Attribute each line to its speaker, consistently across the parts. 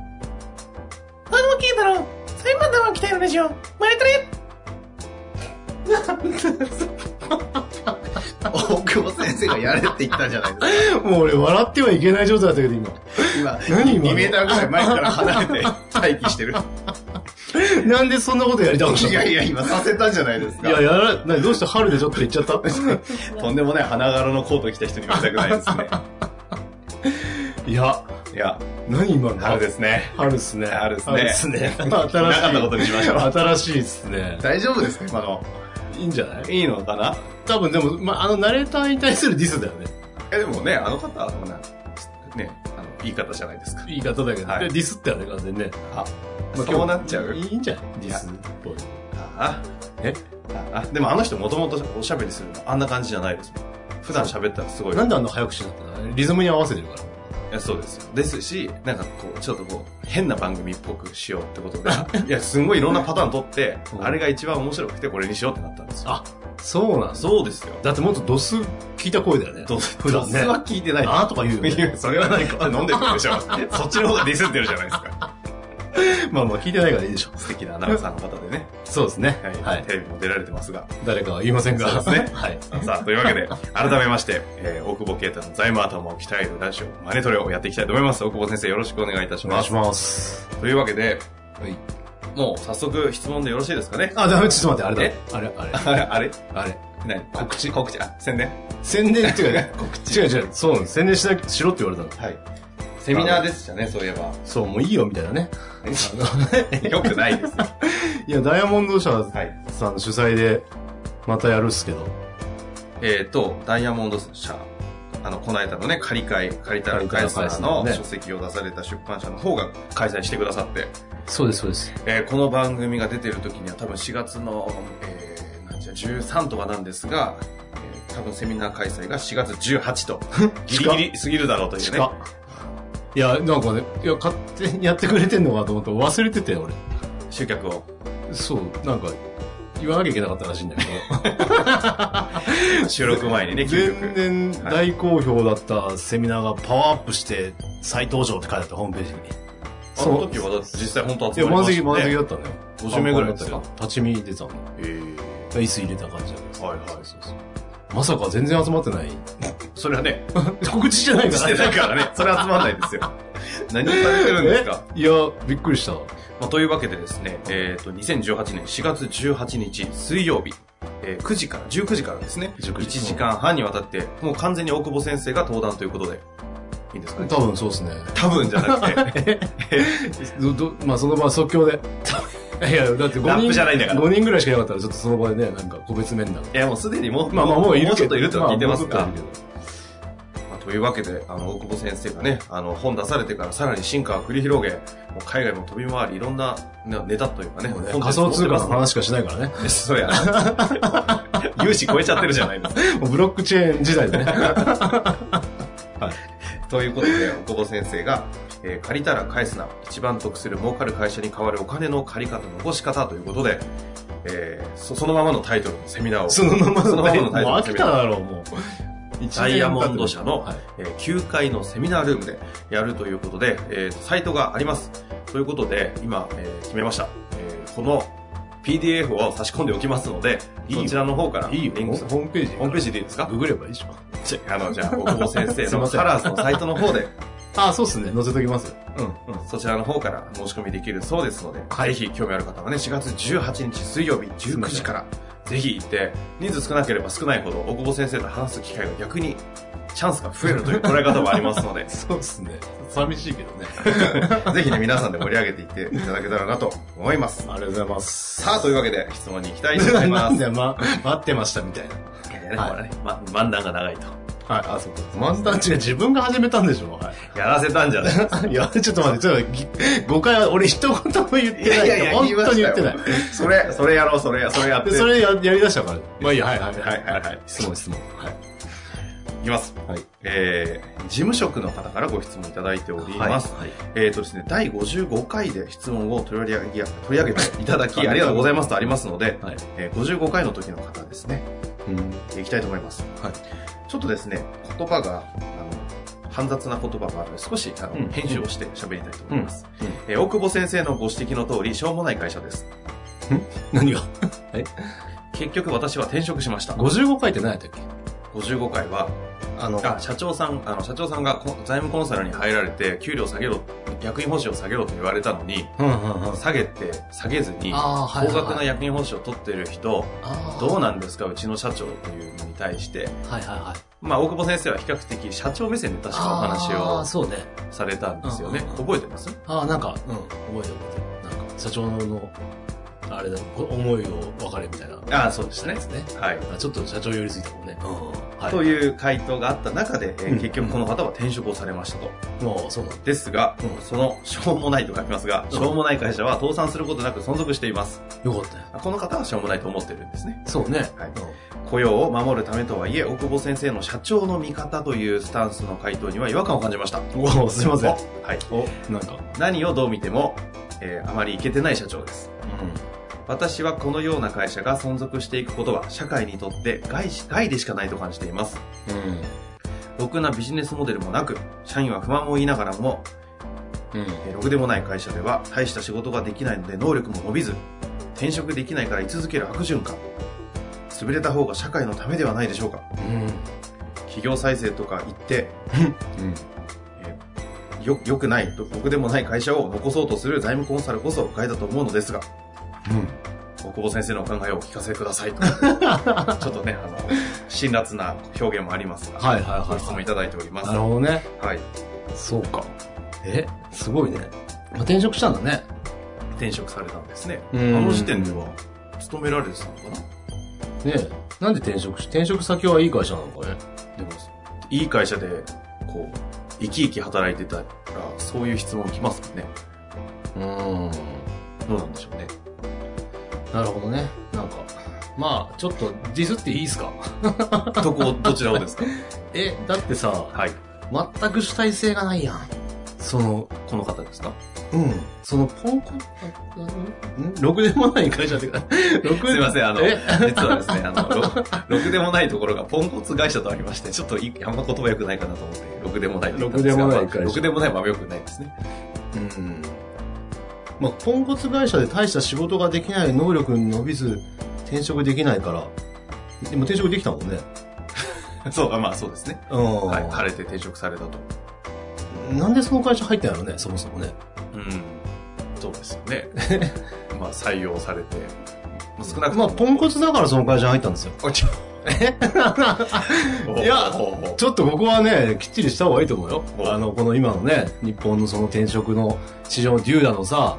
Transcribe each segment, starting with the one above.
Speaker 1: 子供系だろ裁判団は鍛えるラジオマネトレ
Speaker 2: 大久保先生がやれって言ったじゃないで
Speaker 1: もう俺笑ってはいけない状態だったけど今。
Speaker 2: すか。今、
Speaker 1: 何今の
Speaker 2: 2メーターぐらい前から離れて待機してる。
Speaker 1: なんでそんなことやりたくした
Speaker 2: いやいや、今させたんじゃないです
Speaker 1: い
Speaker 2: か。
Speaker 1: や、やら、などうして春でちょっと行っちゃった
Speaker 2: とんでもない花柄のコート着た人に見せたくないです ね。
Speaker 1: いや、
Speaker 2: いや、
Speaker 1: 何今の
Speaker 2: 春ですね。
Speaker 1: 春っすね。
Speaker 2: 春っすね
Speaker 1: 春っ すね。新しい。な
Speaker 2: なかったことにしましょう
Speaker 1: 新しいですね。
Speaker 2: 大丈夫ですか今の。
Speaker 1: いいんじゃない
Speaker 2: いいのかな
Speaker 1: 多分でも、まあ、あの、ナレーターに対するディスだよね。
Speaker 2: え、でもね、あの方はほら、ね、あの、言い方じゃないですか。
Speaker 1: 言い方だけど。
Speaker 2: はい
Speaker 1: でディスってよね、完全にね。
Speaker 2: あ、
Speaker 1: まあ
Speaker 2: そうなっちゃう
Speaker 1: いいんじゃないディスっぽい。
Speaker 2: あ
Speaker 1: え
Speaker 2: ああ、でもあの人もともとおしゃべりするのあんな感じじゃないですもん。普段喋ったらすごい。
Speaker 1: なんであんな早口になったのリズムに合わせてるから。
Speaker 2: いやそうですよですしなんかこうちょっとこう変な番組っぽくしようってことで いやすんごいいろんなパターン取って、
Speaker 1: うん
Speaker 2: あれが一番面白くてこれにしようってなったんですよ
Speaker 1: あそうなんです
Speaker 2: そうですよ
Speaker 1: だってもっとドス聞いた声だよね。
Speaker 2: どう
Speaker 1: 普段ね
Speaker 2: ドスは聞いてない
Speaker 1: あーとか言うよね
Speaker 2: いやそれはないか 飲んでるでしょそっちの方がディスってるじゃないですか
Speaker 1: まあまあ聞いてないからいいでしょう。
Speaker 2: 素敵なアナウンサーの方でね、
Speaker 1: そうですね。
Speaker 2: はい
Speaker 1: はい
Speaker 2: テ。レビも出られてますが
Speaker 1: 誰かは言いませんが。
Speaker 2: そうですね
Speaker 1: はい。
Speaker 2: さあというわけで改めまして、えー大久保啓太の財務頭を鍛えるラジオマネトレをやっていきたいと思います大久保先生よろしくお願いいたし
Speaker 1: お
Speaker 2: ま
Speaker 1: 願い
Speaker 2: す
Speaker 1: します。
Speaker 2: というわけで
Speaker 1: はい。
Speaker 2: もう早速質問でよろしいですかね
Speaker 1: あ、ダメ、ちょっと待って、
Speaker 2: え
Speaker 1: あれだ。あれ、あれ、
Speaker 2: あれあれ
Speaker 1: あれ。
Speaker 2: 何告知告知あ、宣伝
Speaker 1: 宣伝っていうかね、 告知。違う違う、そうなの宣伝しなきしろって言われたの。
Speaker 2: はい。セミナーでしたね、そういえ ば。
Speaker 1: そう、もういいよ、みたい なね。
Speaker 2: よくないです。
Speaker 1: いや、ダイヤモンド社
Speaker 2: はい。
Speaker 1: さんの主催で、またやるっすけど。
Speaker 2: えっと、ダイヤモンド社、あの、この間のね、借り換え、借りたら返すからの
Speaker 1: 借りたら返すのね
Speaker 2: 書籍を出された出版社の方が開催してくださって、
Speaker 1: そうです、そうです。
Speaker 2: えーこの番組が出てる時には多分4月の、えー、なんじゃ、13とかなんですが、えー多分セミナー開催が4月18と、ギリギリすぎるだろうというね。
Speaker 1: 近っいや、なんかね、いや、勝手にやってくれてんのかと思って忘れてて、俺。
Speaker 2: 集客を。
Speaker 1: そう、なんか、言わなきゃいけなかったらしいんだけど。
Speaker 2: 収録前にね、急
Speaker 1: 全
Speaker 2: 遽。
Speaker 1: 然大好評だったセミナーがパワーアップして再登場って書いてあったホームページに。
Speaker 2: あの時はだって実際本当
Speaker 1: い
Speaker 2: 集
Speaker 1: や、
Speaker 2: まり
Speaker 1: 満
Speaker 2: ました
Speaker 1: 席満席
Speaker 2: ね。
Speaker 1: だったのよ。
Speaker 2: 50名ぐらいですか
Speaker 1: 立ち見出たの。
Speaker 2: えー
Speaker 1: 椅子入れた感じだった
Speaker 2: はいはい
Speaker 1: そうそうそうまさか全然集まってない
Speaker 2: それはね、
Speaker 1: 告知じゃないか
Speaker 2: し
Speaker 1: ら
Speaker 2: てないからね、それ集まんないですよ。何をされてるんですか、
Speaker 1: いや、びっくりした。
Speaker 2: まあ、というわけでですね、えっ、と、2018年4月18日水曜日、えー9時から、19時からですね、
Speaker 1: 19
Speaker 2: 1時間半にわたって、もう完全に大久保先生が登壇ということで、いいんですかね
Speaker 1: 多分そうですね。
Speaker 2: 多分じゃなく て、
Speaker 1: ど、ど、まあその場は即興で。 いや、だって5人。
Speaker 2: ラップじゃないんだから
Speaker 1: 5人ぐらいしかいなかったら、ちょっとその場でね、なんか個別面談。
Speaker 2: いやもうすでにもう、
Speaker 1: まあまあもういる
Speaker 2: ちょ
Speaker 1: け
Speaker 2: っと
Speaker 1: ど。
Speaker 2: いるとは聞いてます
Speaker 1: あ
Speaker 2: が
Speaker 1: もう、ちょっといるけど
Speaker 2: まあというわけで、あの、大久保先生がね、あの、本出されてからさらに進化を繰り広げ、もう海外も飛び回り、いろんな、ね、ネタというかね、
Speaker 1: もうね
Speaker 2: コンテン
Speaker 1: 仮
Speaker 2: ツ持
Speaker 1: 想
Speaker 2: って
Speaker 1: 通貨
Speaker 2: ます
Speaker 1: の話しかしないからね。
Speaker 2: そりゃ、融資超えちゃってるじゃないですか。
Speaker 1: もうブロックチェーン時代でね。
Speaker 2: ということで、大久保先生が、えー借りたら返すな、一番得する儲かる会社に代わるお金の借り方、残し方ということで、えーそそのままのタイトルのセミナーを、
Speaker 1: そのまま
Speaker 2: その
Speaker 1: の
Speaker 2: まま
Speaker 1: ね、
Speaker 2: の
Speaker 1: もう
Speaker 2: タイトル
Speaker 1: 飽
Speaker 2: のセ
Speaker 1: き
Speaker 2: ミ
Speaker 1: た
Speaker 2: ナー。
Speaker 1: だろう、もう。
Speaker 2: ダイヤモンド社の
Speaker 1: はい
Speaker 2: えー9階のセミナールームでやるということで、えーサイトがあります。ということで、今、えー決めました。えーこの PDF を差し込んでおきますので、
Speaker 1: いいよ
Speaker 2: こちらの方から
Speaker 1: いいよ、
Speaker 2: リンクさ
Speaker 1: ホームページ。
Speaker 2: ホームページでいいですか
Speaker 1: ググればいいじゃん。
Speaker 2: あの、 じゃあ、大久保先生
Speaker 1: すい
Speaker 2: の
Speaker 1: ません
Speaker 2: カラーズのサイトの方で、
Speaker 1: あ、そうっすね。載せときます。
Speaker 2: うん、うん、そちらの方から申し込みできるそうですので、
Speaker 1: はい
Speaker 2: ぜひ興味ある方はね、4月18日水曜日
Speaker 1: すい
Speaker 2: 19
Speaker 1: ません、
Speaker 2: 時から、ぜひ行って、人数少なければ少ないほど、大久保先生と話す機会が逆にチャンスが増えるという捉え方もありますので
Speaker 1: そうっすね。寂しいけどね。
Speaker 2: ぜひね、皆さんで盛り上げていっていただけたらなと思います。
Speaker 1: ありがとうございます。
Speaker 2: さあ、というわけで質問に行きたいと思いま
Speaker 1: なん
Speaker 2: す。
Speaker 1: だよ、ま、待ってましたみたいな。
Speaker 2: えよね、
Speaker 1: はい
Speaker 2: これね、ま、漫談が長いと。
Speaker 1: はい、あ、そうか。マンタッチが自分が始めたんでしょは
Speaker 2: やらせたんじゃない
Speaker 1: い。いや、ちょっと待って、ちょっとぎ誤解は、俺一言も言ってないよ。本
Speaker 2: ま
Speaker 1: 当
Speaker 2: した
Speaker 1: に言
Speaker 2: よ
Speaker 1: ってない。。
Speaker 2: それ、それやろう、それ、それやって。
Speaker 1: で、それややりだしたから。まあいいや、はいはい
Speaker 2: はいはいはい
Speaker 1: 質問質問。はい。
Speaker 2: いきます。
Speaker 1: はい。
Speaker 2: えー、事務職の方からご質問いただいております。
Speaker 1: はい。
Speaker 2: えーとですね、第55回で質問を取り上げ、取り上げていただき、ありがとうございますとありますので、
Speaker 1: はい。
Speaker 2: えー55回の時の方ですね、いきたいと思います。
Speaker 1: はい
Speaker 2: ちょっとですね、言葉が、あの、煩雑な言葉があるので、少し、あの、
Speaker 1: うん
Speaker 2: 編集をして喋りたいと思います。
Speaker 1: うん
Speaker 2: えー大久保先生のご指摘の通り、しょうもない会社です。
Speaker 1: 何が
Speaker 2: 結局私は転職しました。
Speaker 1: ?55 回って何やったっけ
Speaker 2: 55回は、
Speaker 1: あの、
Speaker 2: あ、社長さん、あの、社長さんがこ財務コンサルに入られて、給料下げろ、役員報酬を下げろと言われたのに、
Speaker 1: うんうんうん。
Speaker 2: 下げて、下げずに、
Speaker 1: あーはい
Speaker 2: 高
Speaker 1: はいはい
Speaker 2: 額な役員報酬を取ってる人、
Speaker 1: あー
Speaker 2: どうなんですか、うちの社長というのに対して、
Speaker 1: はいはいはい。
Speaker 2: まあ、大久保先生は比較的社長目線で確かお話
Speaker 1: あ
Speaker 2: を
Speaker 1: ーそうね。
Speaker 2: されたんですよね
Speaker 1: うんうん。うん
Speaker 2: 覚えてます
Speaker 1: ああ、なんか、うん、覚えてる覚えてる。なんか、社長の、あれだ、こ思いを分かれみたいな。
Speaker 2: ああ、そうでしたね
Speaker 1: で。すね。
Speaker 2: はい。
Speaker 1: あちょっと社長寄りすぎたもんね。はい。
Speaker 2: と
Speaker 1: う。
Speaker 2: いう回答があった中で、えー
Speaker 1: うん
Speaker 2: 結局この方は転職をされましたと。
Speaker 1: もう、そうなんだ。
Speaker 2: ですが、
Speaker 1: うん
Speaker 2: その、しょうもないと書きますが、
Speaker 1: ん
Speaker 2: しょうもない会社は倒産することなく存続しています。
Speaker 1: よかったよ。
Speaker 2: この方はしょうもないと思ってるんですね。
Speaker 1: そうね。
Speaker 2: はい
Speaker 1: うん
Speaker 2: 雇用を守るためとはいえ、大久保先生の社長の味方というスタンスの回答には違和感を感じました。
Speaker 1: おおすいません。
Speaker 2: おはい。
Speaker 1: お、なんか。
Speaker 2: 何をどう見ても、えーあまりいけてない社長です。私はこのような会社が存続していくことは社会にとって害し害でしかないと感じています。
Speaker 1: う
Speaker 2: ろくなビジネスモデルもなく、社員は不満を言いながらも、
Speaker 1: ん。うん。
Speaker 2: えーろくでもない会社では大した仕事ができないので能力も伸びず、転職できないから居続ける悪循環。潰れた方が社会のためではないでしょうか。企業再生とか言って、
Speaker 1: うん。
Speaker 2: よ、良くない、ろくでもない会社を残そうとする財務コンサルこそ誤解だと思うのですが、
Speaker 1: うん。
Speaker 2: 大久保先生のお考えをお聞かせください と。ちょっとね、あの、辛辣な表現もありますが、
Speaker 1: はいはいはい
Speaker 2: ご質問いただいております。
Speaker 1: なるほどね。
Speaker 2: はい。
Speaker 1: そうか。え、すごいね。まあ転職したんだね。
Speaker 2: 転職されたんですね。あ
Speaker 1: うん
Speaker 2: の時点では、勤められてたのかな
Speaker 1: ねえなんで転職し、転職先はいい会社なのかね。
Speaker 2: でも、いい会社で、こう、生き生き働いてたら、そういう質問来ますもんね。
Speaker 1: うん。
Speaker 2: どうなんでしょうね。
Speaker 1: なるほどね。なんか。まあ、ちょっと、ディスっていいですか
Speaker 2: どこ、どちらをです か
Speaker 1: え、だってさ、
Speaker 2: はい。
Speaker 1: 全く主体性がないやん。その、
Speaker 2: この方ですか
Speaker 1: うん。その、ポンコんろくでもない会社って か、ろく
Speaker 2: すいません、あの、
Speaker 1: え
Speaker 2: 実はですね、あの、ろろくでもないところがポンコツ会社とありま して、ちょっといあんま言葉良くないかなと思って、ろくでもないって言ったんすが
Speaker 1: ろくでもない会社
Speaker 2: まあろくでもないは良くないですね。
Speaker 1: うん。まあ、ポンコツ会社で大した仕事ができない能力に伸びず、転職できないから。でも転職できたもんね。
Speaker 2: そう、あまあそうですね。
Speaker 1: うん。
Speaker 2: はい。晴れて転職されたと。
Speaker 1: なんでその会社入ったんやろね、そもそもね。
Speaker 2: うん。そうですよ ね。まあ採用されて、まあ、少なくと
Speaker 1: ま
Speaker 2: も。
Speaker 1: あ、ポンコツだからその会社入ったんですよ。
Speaker 2: あちょ
Speaker 1: いや
Speaker 2: ほうほうほう
Speaker 1: ちょっとここはね、きっちりした方がいいと思うよ。
Speaker 2: お
Speaker 1: あの、この今のね、日本のその転職の市場のデューダのさ、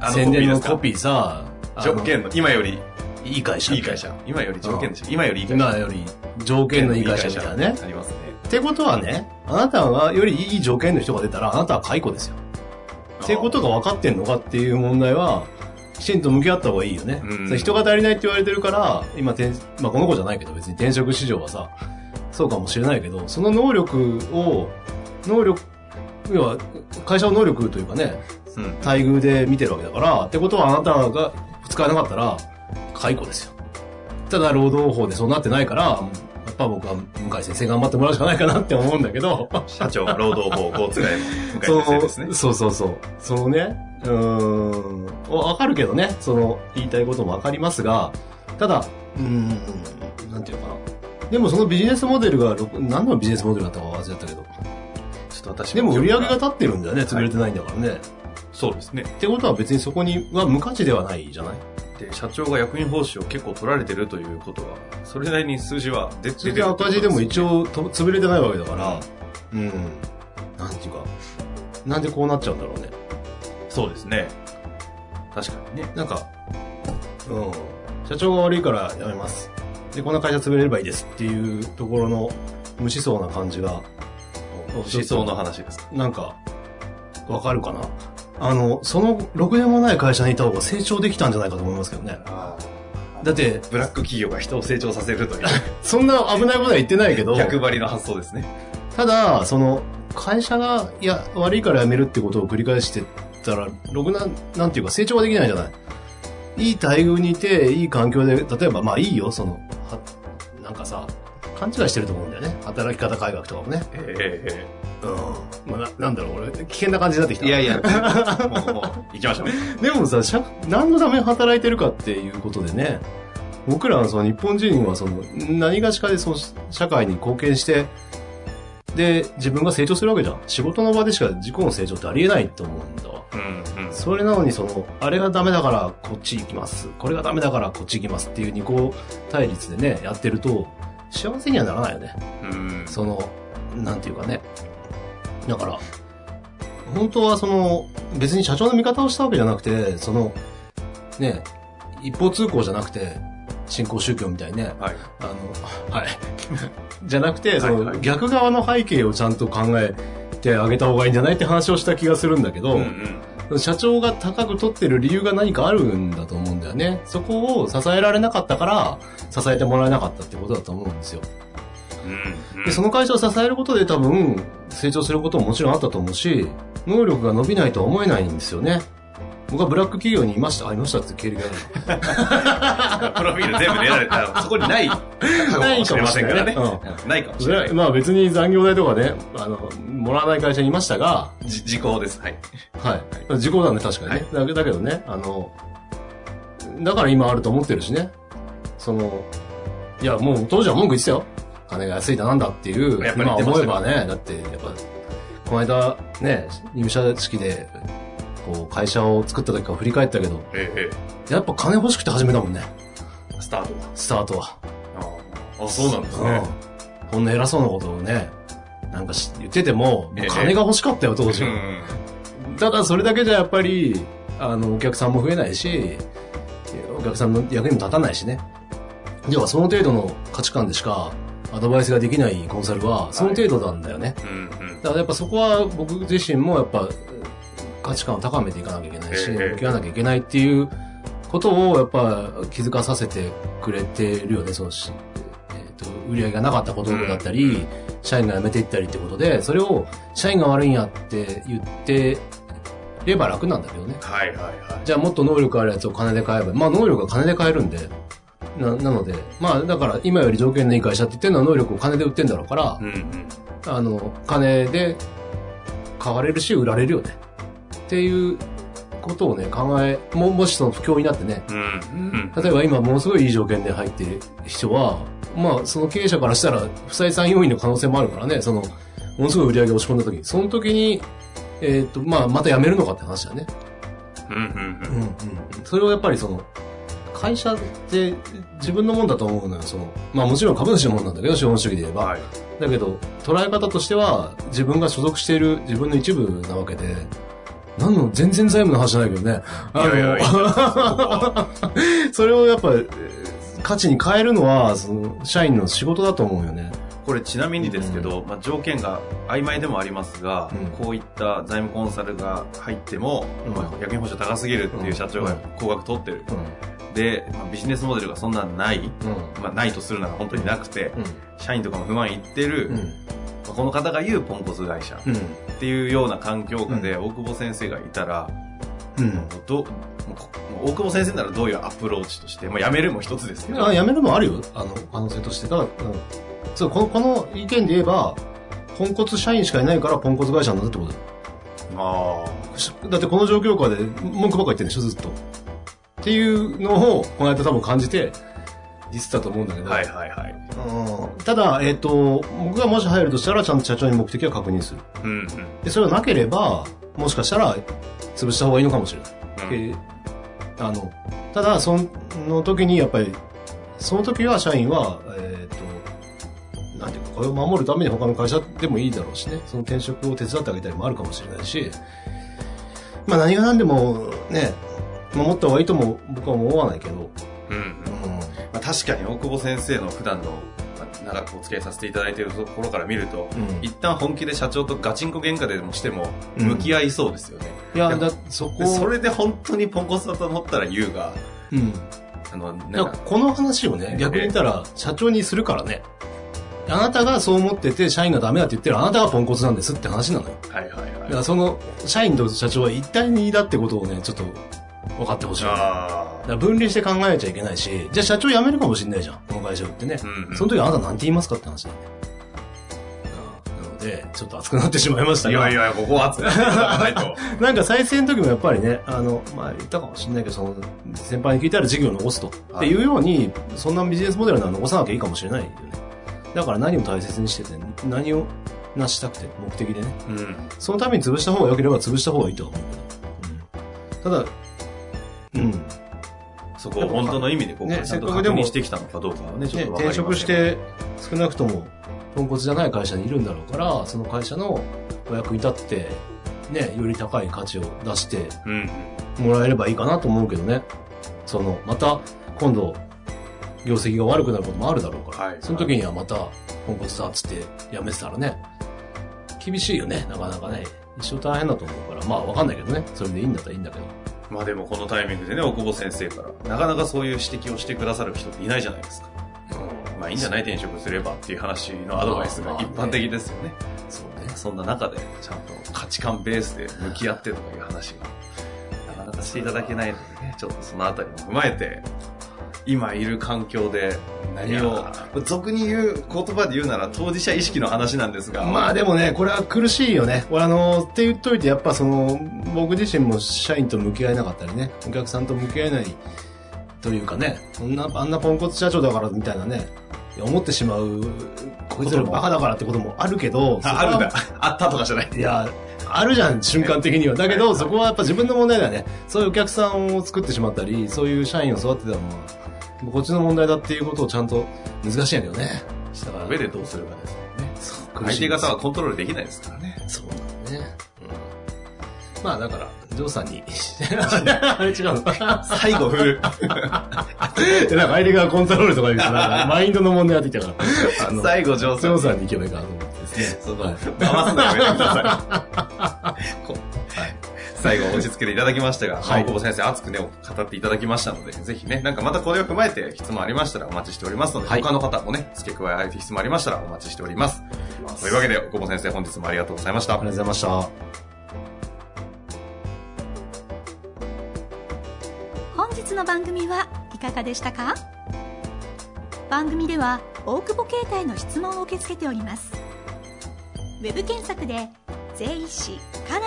Speaker 2: あ
Speaker 1: 宣伝の
Speaker 2: コ
Speaker 1: コ
Speaker 2: ピ
Speaker 1: ピーさ、
Speaker 2: ーですか条件の、今より
Speaker 1: いい会社。
Speaker 2: いい会。社。今より条件でしょ。今よりいい会社。
Speaker 1: 今より条件のいい会社みたいなね。
Speaker 2: ありますね。
Speaker 1: ってことはね、あなたはよりいい条件の人が出たら、あなたは解雇ですよ。っていうことが分かってんのかっていう問題は、きちんと向き合った方がいいよね。
Speaker 2: うん
Speaker 1: それ人が足りないって言われてるから、今転、まあこの子じゃないけど別に転職市場はさ、そうかもしれないけど、その能力を、能力、要は会社の能力というかね、
Speaker 2: うん。
Speaker 1: 待遇で見てるわけだから、ってことはあなたが使えなかったら、解雇ですよ。ただ労働法でそうなってないから、やっぱ僕は向井先生頑張ってもらうしかないかなって思うんだけど、
Speaker 2: 社長、労働法をこう使えば、向
Speaker 1: そ
Speaker 2: 井先生ですね
Speaker 1: の。そうそうそう。そのね、うーん、わかるけどね、その、言いたいこともわかりますが、ただ、うーん、なんていうのかな。でもそのビジネスモデルが、ろく何のビジネスモデルだったか忘れちゃったけ
Speaker 2: ち
Speaker 1: ど、
Speaker 2: ょっと私
Speaker 1: でも売り上げが
Speaker 2: が
Speaker 1: 立ってるんだよね、潰れてないんだからね。
Speaker 2: そうですね。
Speaker 1: ってことは別にそこには無価値ではないじゃない
Speaker 2: で、社長が役員報酬を結構取られてるということは、それなりに数字は出
Speaker 1: それ
Speaker 2: て
Speaker 1: で
Speaker 2: る。
Speaker 1: 赤字でも一
Speaker 2: 応。
Speaker 1: 応と潰れてないわけだから、うん、なんていうか、なんでこうなっちゃうんだろうね。
Speaker 2: そうですね。確かにね。
Speaker 1: なんか、うん、社長が悪いからやめます。で、こんな会社潰れればいいですっていうところの無思想な感じが、
Speaker 2: 思想の話です。
Speaker 1: なんか、わかるかなあの、その、ろくでもない会社にいた方が成長できたんじゃないかと思いますけどね。だって、
Speaker 2: ブラック企業が人を成長させるとい う
Speaker 1: そんな危ないことは言ってないけど、
Speaker 2: 逆張りの発想ですね。
Speaker 1: ただ、その、会社が、いや、悪いから辞めるってことを繰り返してたら、ろくな、なんていうか成長ができないじゃない。いい待遇にいて、いい環境で、例えば、まあいいよ、その、はなんかさ、勘違いしてると思うんだよね。働き方改革とかもね。
Speaker 2: ええ
Speaker 1: うん。まあ、ななんだろう、俺、危険な感じになってきた。
Speaker 2: いやいや、もう、もう、行きましょう。
Speaker 1: でもさ、社何のために働いてるかっていうことでね、僕らのその日本人はその何がしかでその社会に貢献して、で、自分が成長するわけじゃん。仕事の場でしか自己の成長ってありえないと思うんだわ。
Speaker 2: うん、うん。
Speaker 1: それなのにその、あれがダメだからこっち行きます。これがダメだからこっち行きますっていう二項対立でね、やってると、幸せにはならないよね。
Speaker 2: うん。
Speaker 1: その、なんていうかね。だから、本当はその、別に社長の味方をしたわけじゃなくて、その、ね、一方通行じゃなくて、新興宗教みたいにね、
Speaker 2: はい。
Speaker 1: あの、はい。 じゃなくて、その、
Speaker 2: はいはい
Speaker 1: 逆側の背景をちゃんと考えてあげた方がいいんじゃないって話をした気がするんだけど、
Speaker 2: うん、うん。
Speaker 1: 社長が高く取ってる理由が何かあるんだと思うんだよね。そこを支えられなかったから、支えてもらえなかったってことだと思うんですよ。
Speaker 2: うん。
Speaker 1: で、その会社を支えることで多分、成長することももちろんあったと思うし、能力が伸びないとは思えないんですよね。僕はブラック企業にいました、あ、いましたって経歴 が
Speaker 2: プロフィール全部出られたら、そこにない、
Speaker 1: ないかもしれない
Speaker 2: かもしれませんからね。ないかもしれ
Speaker 1: あ
Speaker 2: な
Speaker 1: る。
Speaker 2: い。
Speaker 1: まあ別に残業代とかね、あの、もらわない会社にいましたが、
Speaker 2: じ時効です。はい。
Speaker 1: はい。時効だね、確かにね。だけだけどね、あの、だから今あると思ってるしね。その、いや、もう当時は文句言ってたよ。金が安いだなんだっていう、
Speaker 2: やっぱり言
Speaker 1: 今
Speaker 2: ってました
Speaker 1: 思え
Speaker 2: よ
Speaker 1: ばね、だって、やっぱ、この間ね、入社式で、こう、会社を作った時から振り返ったけど、
Speaker 2: え
Speaker 1: やっぱ金欲しくて始めたもんね、
Speaker 2: えスタートだ
Speaker 1: スタートは。
Speaker 2: ああ、そうなんですね。
Speaker 1: うん。こんな偉そうなことをね、なんかし言ってても、もう
Speaker 2: ええ
Speaker 1: 金が欲しかったよ、当時は。ただそれだけじゃやっぱりあのお客さんも増えないしお客さんの役にも立たないしね要はその程度の価値観でしかアドバイスができないコンサルはその程度なんだよね、
Speaker 2: うん、うん、
Speaker 1: だからやっぱそこは僕自身もやっぱ価値観を高めていかなきゃいけないし
Speaker 2: ええ
Speaker 1: 向き合わなきゃいけないっていうことをやっぱ気づかさせてくれてるよねそのし、えーと売り上げがなかったことだったり、社員が辞めていったりってことでそれを社員が悪いんやって言ってれば楽なんだけどね
Speaker 2: はい、はい、は
Speaker 1: じゃあもっと能力あるやつを金で買えばまあ能力が金で買えるんでななのでまあだから今より条件のいい会社って言ってるのは能力を金で売ってんだろうから、
Speaker 2: い。うん、うん。
Speaker 1: あの、金で買われるし、売られるよね。っていうことをね、考え、も、もしその不況になってね、
Speaker 2: うん、うん。
Speaker 1: 例えば今ものすごいいい条件で入っている人は、まあその経営者からしたら不採算要因の可能性もあるからね、その、ものすごい売り上げ落ち込んだ時、その時に、えーっ、と、まあまた辞めるのかって話だよね。
Speaker 2: うん、うん、
Speaker 1: それをやっぱりその、会社って自分のもんだと思うのよ、その、まあもちろん株主のもんなんだけど、資本主義で言え
Speaker 2: うん。
Speaker 1: ば。
Speaker 2: はい。
Speaker 1: だけど、捉え方としては、自分が所属している自分の一部なわけで、なんの、全然財務の話じゃないけどね。
Speaker 2: いやいやいや
Speaker 1: あのそれをやっぱ、えー価値に変えるのは、その、社員の仕事だと思うよね。
Speaker 2: これちなみにですけど、まあ、条件が曖昧でもありますが、
Speaker 1: うん
Speaker 2: こういった財務コンサルが入っても、
Speaker 1: うん
Speaker 2: まあ役員報酬高すぎるっていう社長が高額取ってる。
Speaker 1: う
Speaker 2: で、まあビジネスモデルがそんなんない。
Speaker 1: ん。うん。
Speaker 2: まあ、ないとするなら本当になくて、
Speaker 1: う
Speaker 2: 社員とかも不満言ってる、
Speaker 1: ん。
Speaker 2: まあこの方が言うポンコツ会社
Speaker 1: うん。
Speaker 2: っていうような環境下で大久保先生がいたら、
Speaker 1: うん。
Speaker 2: どうもうこもう大久保先生ならどういうアプローチとして、まあ、辞めるも一つですけど、
Speaker 1: あ、やめるもあるよ。あの、可能性として。ただ、うん、そう、この、この意見で言えば、ポンコツ社員しかいないからポンコツ会社なんだってことだよ
Speaker 2: あ
Speaker 1: だってこの状況下で文句ばっか言ってんでしょ、ずっと。っていうのを、この間多分感じて、ディスったと思うんだけ
Speaker 2: ー
Speaker 1: ど。
Speaker 2: はいはいはい。
Speaker 1: うんただ、えっ、と、僕がもし入るとしたら、ちゃんと社長に目的は確認する。
Speaker 2: うんうん。
Speaker 1: で、それがなければ、もしかしたら、潰した方がいいのかもしれない。
Speaker 2: うん
Speaker 1: であの、ただ、その時に、やっぱり、その時は社員は、えっ、と、なんていうか、これを守るために他の会社でもいいだろうしね、その転職を手伝ってあげたりもあるかもしれないし、まあ何が何でも、ね、守った方がいいとも僕は思わないけど、
Speaker 2: うんうんまあ、確かに大久保先生の普段の、まあ長くお付き合いさせていただいているところから見ると、
Speaker 1: うん
Speaker 2: 一旦本気で社長とガチンコ喧嘩でもしても、
Speaker 1: うん
Speaker 2: 向き合いそうですよね。
Speaker 1: いや、だそこ
Speaker 2: でそれで本当にポンコツだと思ったら優が、
Speaker 1: うん。
Speaker 2: あの、
Speaker 1: な
Speaker 2: なん
Speaker 1: んか
Speaker 2: か、
Speaker 1: この話をね、逆に言ったら、社長にするからね。あなたがそう思ってて、社員がダメだって言ってるあなたがポンコツなんですって話なのよ。
Speaker 2: はいはい
Speaker 1: だ
Speaker 2: はい
Speaker 1: か。らその、社員と社長は一体にだってことをね、ちょっと分かってほしい。だか
Speaker 2: ああ。
Speaker 1: ら分離して考えちゃいけないし、じゃあ社長辞めるかもしれないじゃん、この会社売ってね。
Speaker 2: うんうん
Speaker 1: その時あなたなんて言いますかって話だよね。うんなので、ちょっと熱くなってしまいました
Speaker 2: い
Speaker 1: が
Speaker 2: やいや、ここは熱くなっていただかない と。
Speaker 1: なんか再生の時もやっぱりね、あの、まあ言ったかもしれないけど、その、先輩に聞いたら事業を残すと。
Speaker 2: はい
Speaker 1: っていうように、そんなビジネスモデルなら残さなきゃいいかもしれないよね。だから何を大切にしてて、何を成したくて、目的でね。
Speaker 2: うん。
Speaker 1: そのために潰した方が良ければ潰した方がいいとは思うけど。うん、ただ、うん。
Speaker 2: そこを本当の意味でこう、
Speaker 1: ね
Speaker 2: ちゃんと
Speaker 1: せっかく
Speaker 2: 確
Speaker 1: でも
Speaker 2: 認してきたのかどうかはね、ちょっ
Speaker 1: ね、
Speaker 2: とわかり
Speaker 1: 転
Speaker 2: ません
Speaker 1: 職し、て、少なくとも、ポンコツじゃない会社にいるんだろうから、その会社のお役に立って、ね、より高い価値を出して、
Speaker 2: うん。
Speaker 1: もらえればいいかなと思うけどね。その、また、今度、業績が悪くなることもあるだろうから、
Speaker 2: はい
Speaker 1: その時にはまた、ポンコツだっつって辞めてたらね、厳しいよね、なかなかね。一生大変だと思うから、まあわかんないけどね、それでいいんだったらいいんだけど。
Speaker 2: まあでもこのタイミングでね、大久保先生から、なかなかそういう指摘をしてくださる人っていないじゃないですか。まあいいんじゃない転職すればっていう話のアドバイスが一般的ですよね。
Speaker 1: そうね。
Speaker 2: そんな中で、ちゃんと価値観ベースで向き合ってとかいう話が、なかなかしていただけないのでね、ちょっとそのあたりも踏まえて、今いる環境で何
Speaker 1: い
Speaker 2: を
Speaker 1: や、
Speaker 2: 俗に言う言葉で言うなら当事者意識の話なんですが、
Speaker 1: まあでもね、これは苦しいよね。俺あの、って言っといて、やっぱその、僕自身も社員と向き合えなかったりね、お客さんと向き合えないというかね、そんな、あんなポンコツ社長だからみたいなね、いや思ってしまう、こいつらバカだからってこともあるけど、そこ
Speaker 2: あ、
Speaker 1: は
Speaker 2: あるんだ。 あったとかじゃない。
Speaker 1: いや、あるじゃん、瞬間的には。だけど、そこはやっぱ自分の問題だよね。そういうお客さんを作ってしまったり、そういう社員を育てたのは、こっちの問題だっていうことをちゃんと難しいんだよね。したから
Speaker 2: 上でどうすればですね。
Speaker 1: そう苦
Speaker 2: 相
Speaker 1: しい
Speaker 2: 手
Speaker 1: んです
Speaker 2: 方はコントロールできないですからね。
Speaker 1: そうだね。うん。まあだから、ジョーさんに。あれ 違う のなんか
Speaker 2: 最後振 る。
Speaker 1: 相手がコントロールとか言うとなんかマインドの問題が出てきたから。あの、ジ
Speaker 2: 最後上手。
Speaker 1: ョーさんに行けばいいかなと思ってですね。
Speaker 2: その、回すのやめてください。 こはい最後落ち着けていただきましたが、
Speaker 1: はい
Speaker 2: 大久保先生熱くね、語っていただきましたので、ぜひね、なんかまたこれを踏まえて質問ありましたらお待ちしておりますので、
Speaker 1: はい
Speaker 2: 他の方もね、付け加えられて質問ありましたらお待ちしております。というわけで、大久保先生本日もありがとうございました
Speaker 1: ありがとう。ございました。
Speaker 3: 本日の番組はいかがでしたか番組では大久保携帯の質問を受け付けておりますウェブ検索で「税理士カラ